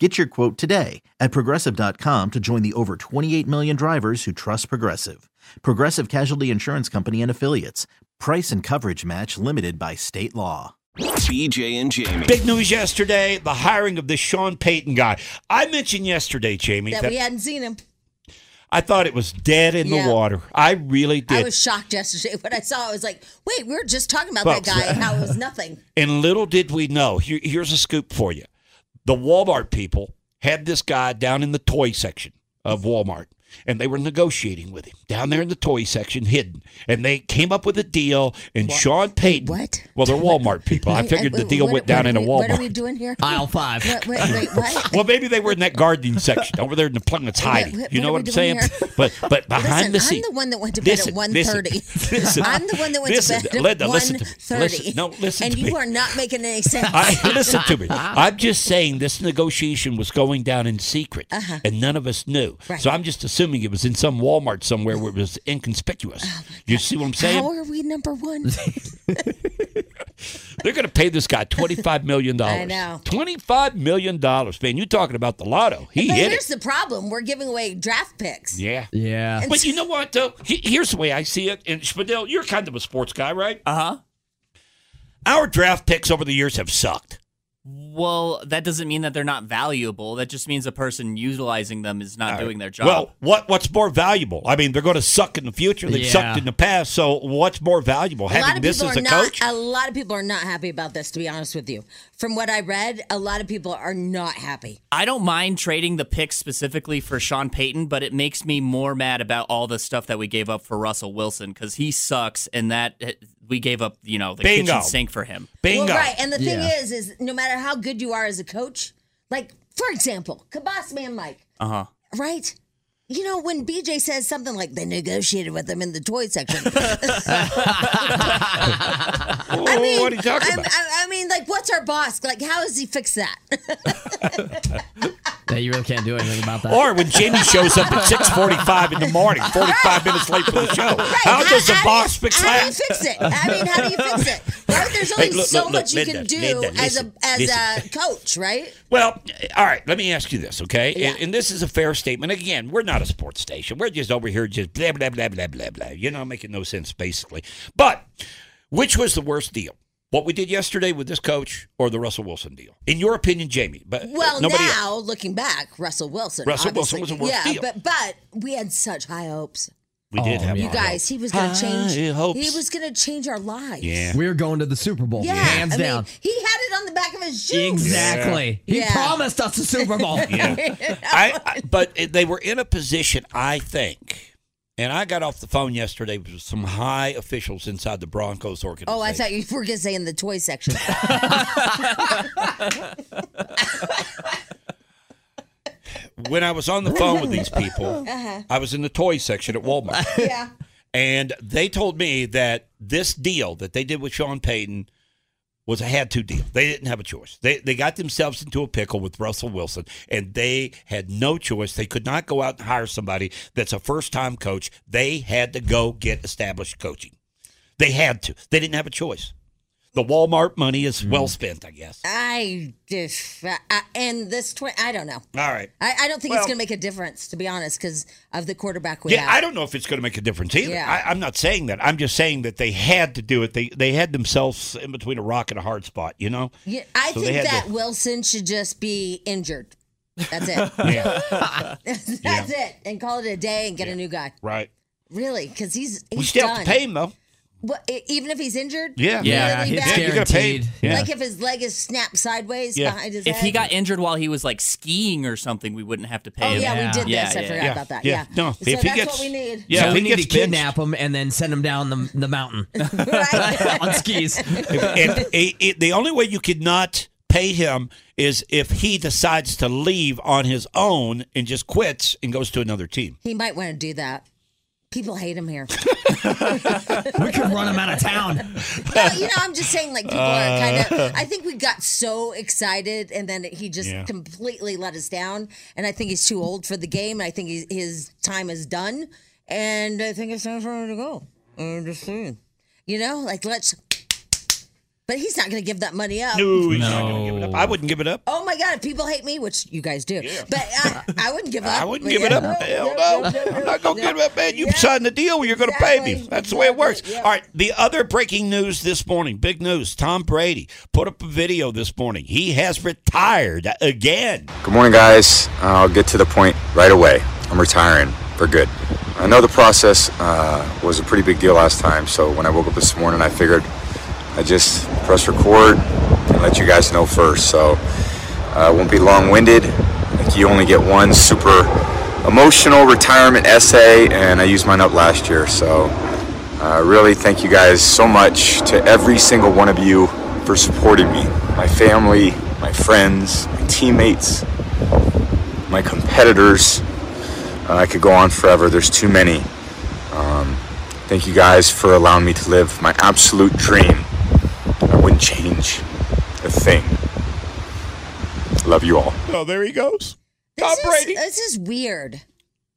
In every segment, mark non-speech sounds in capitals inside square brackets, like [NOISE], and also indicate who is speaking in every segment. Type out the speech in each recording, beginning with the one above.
Speaker 1: Get your quote today at progressive.com to join the over 28 million drivers who trust Progressive. Progressive Casualty Insurance Company and Affiliates. Price and coverage match limited by state law.
Speaker 2: BJ and Jamie.
Speaker 3: Big news yesterday the hiring of this Sean Payton guy. I mentioned yesterday, Jamie,
Speaker 4: that
Speaker 3: that
Speaker 4: we hadn't seen him.
Speaker 3: I thought it was dead in
Speaker 4: Yeah.
Speaker 3: the water. I really did.
Speaker 4: I was shocked yesterday [LAUGHS] when I saw. it. I was like, "Wait, we were just talking about that
Speaker 3: Well,
Speaker 4: guy and how
Speaker 3: [LAUGHS]
Speaker 4: it was nothing."
Speaker 3: and little did we know. Here, here's a scoop for you the Walmart people had this guy down in the toy section of Walmart. And they were negotiating with him down there in the toy section, hidden. And they came up with a deal. And Sean Payton,
Speaker 4: what?
Speaker 3: Well,
Speaker 4: [LAUGHS]
Speaker 3: they're Walmart people. I
Speaker 4: Wait,
Speaker 3: figured the
Speaker 4: wait,
Speaker 3: deal
Speaker 4: what-
Speaker 3: went down
Speaker 4: what
Speaker 3: in
Speaker 4: are
Speaker 3: a
Speaker 4: we-
Speaker 3: Walmart.
Speaker 4: What are we doing here?
Speaker 5: aisle five.
Speaker 4: What, wait, wait,
Speaker 3: [LAUGHS]
Speaker 4: what?
Speaker 3: Well, maybe they were in that gardening section over there in the plants hiding.
Speaker 4: what-
Speaker 3: you
Speaker 4: what
Speaker 3: know
Speaker 4: are
Speaker 3: what
Speaker 4: we
Speaker 3: I'm saying?
Speaker 4: doing
Speaker 3: But but
Speaker 4: Listen,
Speaker 3: behind the
Speaker 4: I'm
Speaker 3: scenes,
Speaker 4: the one that went to bed
Speaker 3: Listen,
Speaker 4: at
Speaker 3: listen, [LAUGHS]
Speaker 4: 1.30.
Speaker 3: listen.
Speaker 4: I'm the one that went
Speaker 3: Listen,
Speaker 4: to bed at
Speaker 3: Linda, listen to me.
Speaker 4: 1.30.
Speaker 3: Listen- no, listen
Speaker 4: And
Speaker 3: to
Speaker 4: you
Speaker 3: me.
Speaker 4: are not making any sense.
Speaker 3: [LAUGHS] I, listen to
Speaker 4: [LAUGHS]
Speaker 3: me.
Speaker 4: Uh-huh.
Speaker 3: I'm just saying this negotiation was going down in secret, and none of us knew.
Speaker 4: Uh-huh. Right.
Speaker 3: So I'm just assuming it was in some Walmart somewhere where it was inconspicuous. you see what I'm saying?
Speaker 4: Oh, how are we
Speaker 3: [LAUGHS]
Speaker 4: number one?
Speaker 3: They're going to pay this guy $25 million.
Speaker 4: [LAUGHS] I know.
Speaker 3: $25 million. Man, you're talking about the lotto. He
Speaker 4: but
Speaker 3: hit
Speaker 4: here's
Speaker 3: it.
Speaker 4: the problem: we're giving away draft picks.
Speaker 3: yeah.
Speaker 5: Yeah.
Speaker 3: But you know what, though? He- Here's the way I see it. And Spadil, you're kind of a sports guy, right?
Speaker 5: Uh huh.
Speaker 3: Our draft picks over the years have sucked.
Speaker 5: Well, that doesn't mean that they're not valuable. That just means the person utilizing them is not doing their job.
Speaker 3: Well, what what's more valuable? I mean, they're going to suck in the future. They've
Speaker 5: Yeah.
Speaker 3: sucked in the past. So what's more valuable?
Speaker 4: a lot
Speaker 3: Having
Speaker 4: of
Speaker 3: this
Speaker 4: people
Speaker 3: as
Speaker 4: are
Speaker 3: a
Speaker 4: not.
Speaker 3: coach?
Speaker 4: A lot of people are not happy about this. To be honest with you, from what I read, a lot of people are not happy.
Speaker 5: I don't mind trading the pick specifically for Sean Payton, but it makes me more mad about all the stuff that we gave up for Russell Wilson because he sucks, and that eh, we gave up, you know, the
Speaker 3: Bingo.
Speaker 5: kitchen sink for him.
Speaker 3: Bingo.
Speaker 4: Well, right. And the thing is, is no matter how good you are as a coach, like for example, Kabas Man Mike. Uh
Speaker 3: Uh-huh.
Speaker 4: huh. Right. You know when BJ says something like they negotiated with him in the toy
Speaker 3: [LAUGHS]
Speaker 4: section.
Speaker 3: Oh,
Speaker 4: I mean,
Speaker 3: what are you talking
Speaker 4: I'm- [LAUGHS]
Speaker 3: about?
Speaker 4: I, I mean, like, what's our boss? Like, how does he fix that? [LAUGHS]
Speaker 6: Yeah, you really can't do anything about that.
Speaker 3: or when Jamie shows up at six forty-five in the morning, forty-five minutes late for the show. How does the boss fix
Speaker 4: how
Speaker 3: that?
Speaker 4: do you fix it? I mean, how do you fix
Speaker 3: [LAUGHS]
Speaker 4: it? Right? There's only
Speaker 3: look,
Speaker 4: so
Speaker 3: look, look,
Speaker 4: much you can
Speaker 3: Linda,
Speaker 4: do
Speaker 3: Linda,
Speaker 4: as a
Speaker 3: listen,
Speaker 4: as
Speaker 3: listen.
Speaker 4: a coach, right?
Speaker 3: Well, uh, all right. Let me ask you this, okay? And, and this is a fair statement. Again, we're not a sports station. We're just over here, just blah blah blah blah blah blah. You know, making no sense basically. But which was the worst deal? What we did yesterday with this coach, or the Russell Wilson deal? In your opinion, Jamie? But uh,
Speaker 4: Well,
Speaker 3: nobody else.
Speaker 4: now looking back, Russell Wilson.
Speaker 3: Russell Wilson was
Speaker 4: obviously.
Speaker 3: a worse
Speaker 4: yeah,
Speaker 3: deal.
Speaker 4: but but we had such high hopes.
Speaker 3: we did have
Speaker 4: You
Speaker 3: our
Speaker 4: guys, he was going to change.
Speaker 3: High
Speaker 4: He
Speaker 3: hopes.
Speaker 4: was going to change our lives.
Speaker 3: Yeah.
Speaker 6: [LAUGHS] We're going to the Super Bowl,
Speaker 4: Yeah,
Speaker 6: hands
Speaker 4: I mean,
Speaker 6: down.
Speaker 4: he had it on the back of his shoe.
Speaker 6: Exactly. He
Speaker 4: Yeah.
Speaker 6: promised us the
Speaker 4: [LAUGHS]
Speaker 6: Super Bowl.
Speaker 3: I, I but they were in a position, I think. And I got off the phone yesterday with some high officials inside the Broncos organization.
Speaker 4: Oh, I thought you were going to say in the
Speaker 3: [LAUGHS]
Speaker 4: toy section.
Speaker 3: when I was on the phone with these people, I was in the toy section at Walmart.
Speaker 4: [LAUGHS] yeah.
Speaker 3: And they told me that this deal that they did with Sean Payton was a had to deal. They didn't have a choice. They they got themselves into a pickle with Russell Wilson, and they had no choice. They could not go out and hire somebody that's a first time coach. They had to go get established coaching. They had to. They didn't have a choice. The Walmart money is well spent, I guess.
Speaker 4: I just, I, I- and this toy, I don't know.
Speaker 3: All right.
Speaker 4: I, I don't think
Speaker 3: Well-
Speaker 4: it's going to make a difference, to be honest, because of the quarterback we
Speaker 3: Yeah,
Speaker 4: have.
Speaker 3: I don't know if it's going to make a difference either.
Speaker 4: Yeah.
Speaker 3: I, I'm not saying that. I'm just saying that they had to do it. They they had themselves in between a rock and a hard spot. You know.
Speaker 4: Yeah, I
Speaker 3: So they had
Speaker 4: think that
Speaker 3: to-
Speaker 4: Wilson should just be injured. That's it.
Speaker 3: [LAUGHS]
Speaker 4: [LAUGHS]
Speaker 3: Yeah.
Speaker 4: That's it. And call it a day and get a new guy.
Speaker 3: right.
Speaker 4: Really, because he's, he's
Speaker 3: We still
Speaker 4: done.
Speaker 3: have to pay him though.
Speaker 4: Well, e- even if he's injured.
Speaker 3: Yeah.
Speaker 5: Yeah,
Speaker 4: really
Speaker 6: he's
Speaker 4: bad?
Speaker 3: you got to pay. him.
Speaker 6: Guaranteed.
Speaker 3: Yeah.
Speaker 4: Like if his leg is snapped sideways
Speaker 3: Yeah.
Speaker 4: behind his
Speaker 5: If he
Speaker 4: head?
Speaker 5: got injured while he was like skiing or something, we wouldn't have to pay
Speaker 4: Oh
Speaker 5: him.
Speaker 4: yeah, we did
Speaker 5: Yeah,
Speaker 4: this. I
Speaker 5: yeah,
Speaker 4: forgot
Speaker 5: yeah.
Speaker 4: about that.
Speaker 3: Yeah.
Speaker 4: Yeah.
Speaker 3: No,
Speaker 4: So
Speaker 3: if he
Speaker 4: that's
Speaker 3: gets-
Speaker 4: what we need.
Speaker 3: Yeah.
Speaker 6: so
Speaker 3: if
Speaker 6: we
Speaker 3: he
Speaker 6: need to
Speaker 3: gets benched-
Speaker 6: kidnap him and then send him down the,
Speaker 3: [LAUGHS]
Speaker 6: the mountain [LAUGHS]
Speaker 4: [LAUGHS] Right?
Speaker 6: on skis.
Speaker 4: [LAUGHS]
Speaker 3: and it, it, the only way you could not pay him is if he decides to leave on his own and just quits and goes to another team.
Speaker 4: he might want to do that. People hate
Speaker 3: [LAUGHS]
Speaker 4: him here.
Speaker 6: We could run him out of town.
Speaker 4: no, you know, I'm just saying, like, people are kind
Speaker 3: Uh.
Speaker 4: of. I think we got so excited, and then he just
Speaker 3: Yeah.
Speaker 4: completely let us down. And I think he's too old for the game. And I think he's, his time is done. And I think it's time for him to go. I'm just saying. You know, like, let's. But he's not going to give that money up.
Speaker 3: No, he's not going to give it up. I wouldn't give it up.
Speaker 4: Oh my God, if people hate me, which you guys do. But I, I wouldn't give up.
Speaker 3: [LAUGHS] I wouldn't
Speaker 4: But
Speaker 3: give it
Speaker 4: yeah,
Speaker 3: up. Hell no. I'm not going to
Speaker 4: no.
Speaker 3: give it up, man. You
Speaker 4: Yeah.
Speaker 3: signed the deal. You're going to pay me.
Speaker 4: Exactly.
Speaker 3: That's the way it works.
Speaker 4: Exactly. Yeah.
Speaker 3: All right. The other breaking news this morning big news Tom Brady put up a video this morning. He has retired again.
Speaker 7: Good morning, guys. I'll get to the point right away. I'm retiring for good. I know the process uh, was a pretty big deal last time, so when I woke up this morning, I figured I just press record and let you guys know first. So I won't be long winded. Like you only get one super emotional retirement essay, and I used mine up last year. So uh, really, thank you guys so much to every single one of you for supporting me, my family, my friends, my teammates, my competitors. Uh, I could go on forever. There's too many. Um, thank you guys for allowing me to live my absolute dream. I wouldn't change a thing. Love you all.
Speaker 3: Oh, there he goes. Tom
Speaker 4: This is,
Speaker 3: Brady.
Speaker 4: this is weird.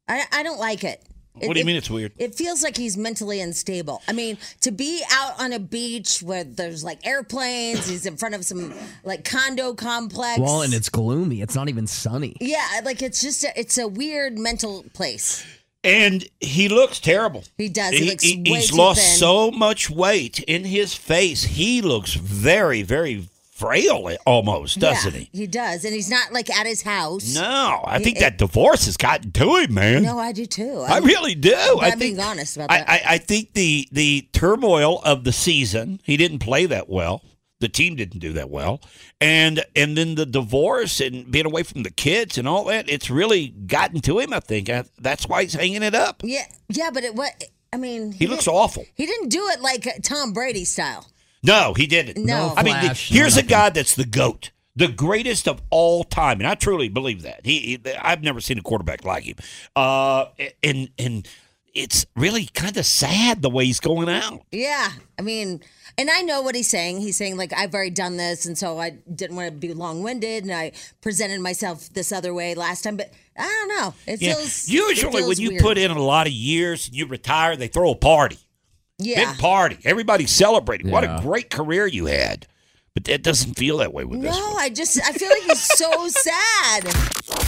Speaker 4: I, I don't like it.
Speaker 3: What do you mean it's weird?
Speaker 4: It feels like he's mentally unstable. I mean, to be out on a beach where there's like airplanes, he's in front of some like condo complex.
Speaker 6: Well, and it's gloomy. It's not even sunny.
Speaker 4: yeah, like it's just a, it's a weird mental place.
Speaker 3: And he looks terrible.
Speaker 4: He does. He looks way
Speaker 3: he's
Speaker 4: too
Speaker 3: lost
Speaker 4: thin.
Speaker 3: so much weight in his face. He looks very, very frail eh, almost, doesn't
Speaker 4: Yeah,
Speaker 3: he?
Speaker 4: He does, and he's not like at his house.
Speaker 3: No, I think that divorce has gotten to him, man.
Speaker 4: No, I do too.
Speaker 3: I
Speaker 4: I'm-
Speaker 3: really do. I
Speaker 4: I'm
Speaker 3: think,
Speaker 4: being honest about
Speaker 3: I,
Speaker 4: that.
Speaker 3: I, I think the the turmoil of the season. He didn't play that well. The team didn't do that well, and and then the divorce and being away from the kids and all that. It's really gotten to him. I think I, that's why he's hanging it up.
Speaker 4: yeah, yeah, but it what? I mean,
Speaker 3: He looks
Speaker 4: didn't-
Speaker 3: awful.
Speaker 4: He didn't do it like Tom Brady style.
Speaker 3: No, he didn't.
Speaker 4: No. No
Speaker 3: I mean, the-
Speaker 6: flash, no
Speaker 3: here's a
Speaker 6: nothing.
Speaker 3: guy that's the goat, the greatest of all time, and I truly believe that. He, he- I've never seen a quarterback like him. Uh, and and it's really kind of sad the way he's going out.
Speaker 4: Yeah. I mean, and I know what he's saying. He's saying, like, I've already done this. And so I didn't want to be long winded. And I presented myself this other way last time. But I don't know. It
Speaker 3: Yeah.
Speaker 4: feels. it
Speaker 3: Usually,
Speaker 4: feels
Speaker 3: when you
Speaker 4: weird.
Speaker 3: put in a lot of years and you retire, they throw a party.
Speaker 4: Yeah.
Speaker 3: Big party. Everybody's celebrating. What a
Speaker 6: Yeah.
Speaker 3: great career you had. But that doesn't feel that way with this
Speaker 4: No,
Speaker 3: one.
Speaker 4: I just, I feel like he's
Speaker 3: [LAUGHS]
Speaker 4: so sad.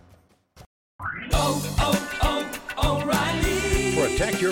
Speaker 8: Oh,
Speaker 9: Protect your